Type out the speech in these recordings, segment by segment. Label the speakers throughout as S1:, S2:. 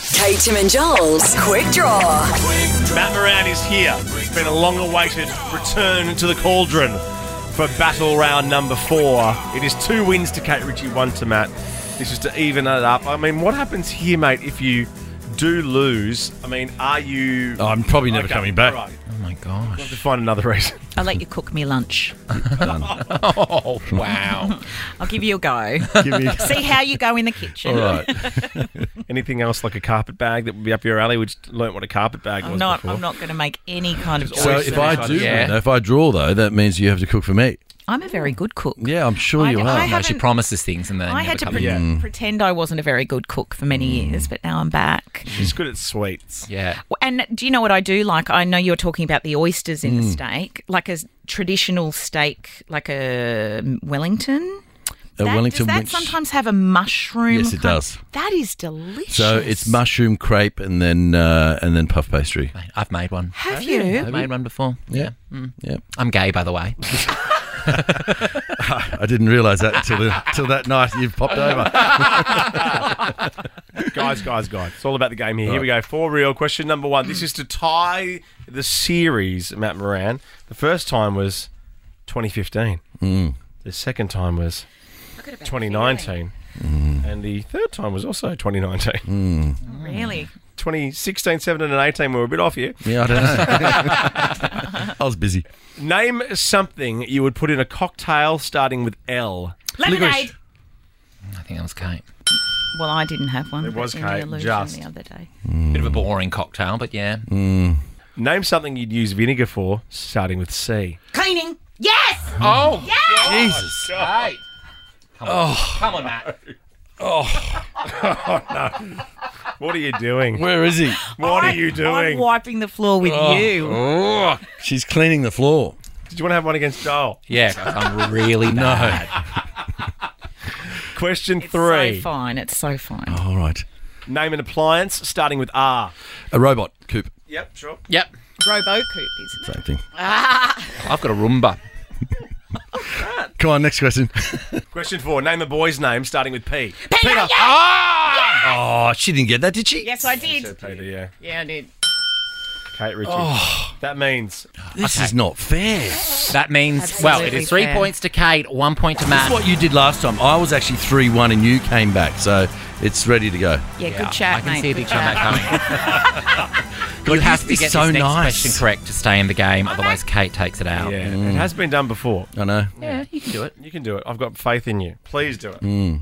S1: Racham and Joel's Quick Draw.
S2: Matt Moran is here. It's been a long awaited return to the cauldron for battle round number four. It is two wins to Kate Ritchie, one to Matt. This is to even it up. I mean, what happens here, mate, if you do lose? I mean, are you.
S3: Oh, I'm probably never
S2: Okay,
S3: coming back.
S2: all right.
S3: Oh my
S2: We'll
S3: gosh.
S2: have to find another reason.
S4: I'll let you cook me lunch.
S3: Oh, wow.
S4: I'll give you a go.
S2: Give me
S4: See how you go in the kitchen.
S3: All right.
S2: anything else like a carpet bag that would be up your alley. We just learnt what a carpet bag
S4: I'm
S2: was.
S4: not.
S2: before.
S4: I'm not going to make any kind of
S3: So
S2: always
S3: if
S4: choice.
S2: finish
S3: I
S2: on
S3: do,
S2: it. Yeah.
S3: win, though, if I draw though, that means you have to cook for me.
S4: I'm a very good cook.
S3: Yeah, I'm sure
S4: I-
S3: you are.
S4: I
S5: No, she
S4: haven't-
S5: promises things and then
S4: I had to pre- pretend I wasn't a very good cook for many
S3: Mm.
S4: years, but now I'm back.
S2: She's good at sweets.
S5: Yeah,
S4: And do you know what I do like? I know you're talking about the oysters in the
S3: Mm.
S4: steak, like a s- traditional steak, like a mm, Wellington.
S3: A
S4: That-
S3: Wellington
S4: does that
S3: which-
S4: sometimes have a mushroom?
S3: Yes, it
S4: kind-
S3: does.
S4: That is delicious.
S3: So it's mushroom crepe and then uh, and then puff pastry.
S5: mate, I've made one.
S4: Have you?
S5: I've made one before.
S3: Yeah, yeah.
S5: I'm gay, by the way.
S3: I didn't realise that until until that night you popped over.
S2: guys, guys, guys. It's all about the game here. Here we go. For real. Question number one. This is to tie the series, Matt Moran. The first time was 2015.
S4: Mm.
S2: The second time was 2019.
S4: Mm.
S2: And the third time was also 2019.
S4: Really?
S2: 2016, 17, and 18 were a bit off here.
S3: Yeah, I don't know. I was busy.
S2: Name something you would put in a cocktail starting with L.
S4: Lemonade.
S5: I think that was Kate.
S4: Well, I didn't have one.
S2: It
S4: but
S2: was
S4: in the
S2: Kate,
S4: illusion
S2: just.
S4: the other day.
S5: Bit of a boring cocktail, but yeah.
S2: Name something you'd use vinegar for starting with C.
S4: Cleaning. Yes.
S5: Oh,
S3: Jesus.
S5: Kate. Come on. Oh. Come on, Matt.
S2: What are you doing?
S3: Where is he?
S2: What are you
S4: I'm
S2: doing?
S4: wiping the floor with you.
S3: Oh, she's cleaning the floor.
S2: Did you want to have one against Joel?
S5: Yeah, I'm really bad.
S2: Question
S4: It's
S2: three. Oh.
S4: So fine. It's so fine.
S3: All right.
S2: Name an appliance starting with R.
S3: A robot coop.
S2: Yep, sure.
S5: Yep.
S4: Robocoup, isn't it?
S3: Same thing.
S5: I've got a Roomba.
S3: Come on, next question.
S2: Question four. Name a boy's name starting with P.
S4: Peter.
S3: Oh, she didn't get that, did she?
S4: Yes, I did.
S2: Peter, yeah.
S4: Yeah, I did.
S2: Kate Ritchie.
S5: Oh.
S2: That means
S3: This is not fair.
S5: That means, well, it
S4: Absolutely
S5: is three
S4: fair.
S5: points to Kate, one point to
S3: That's
S5: Matt.
S3: what you did last time. I was actually 3 1 and you came back, so it's ready to go.
S4: Yeah,
S5: Yeah,
S4: good chat,
S5: I can
S4: mate.
S5: see a
S4: good
S5: big
S4: chat.
S5: comeback coming.
S3: God,
S5: You have to get
S3: so
S5: this next
S3: nice.
S5: question correct to stay in the game, otherwise Kate takes it
S2: yeah,
S5: out.
S2: it has been done before.
S3: I know.
S5: Yeah, you can do it. Hmm.
S2: You can do it. I've got faith in you. Please do it.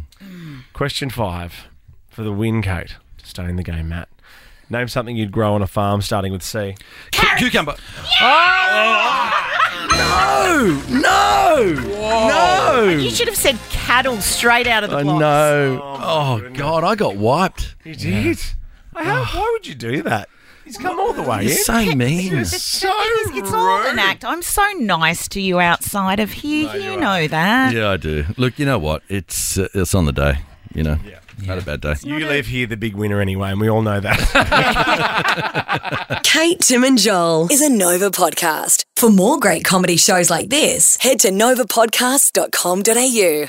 S2: Question five. For the win, Kate. To stay in the game, Matt. Name something you'd grow on a farm starting with C.
S3: Cu- cucumber. Oh! No! No!
S4: You should have said cattle straight out of the
S3: I
S4: blocks.
S3: know.
S2: Oh, my
S3: Oh,
S2: goodness.
S3: God, I got wiped.
S2: You did. How, why would you do that? He's come all the way
S3: You're
S2: in.
S3: so mean.
S2: so
S4: It's, it's all an
S2: rude.
S4: act. I'm so nice to you outside of here. you know that.
S3: Yeah, I do. Look, you know what? It's uh, it's on the day. You know,
S2: Yeah.
S3: had a bad day.
S2: You leave here the big winner anyway, and we all know that.
S1: Kate, Tim, and Joel is a Nova podcast. For more great comedy shows like this, head to novapodcast.com.au.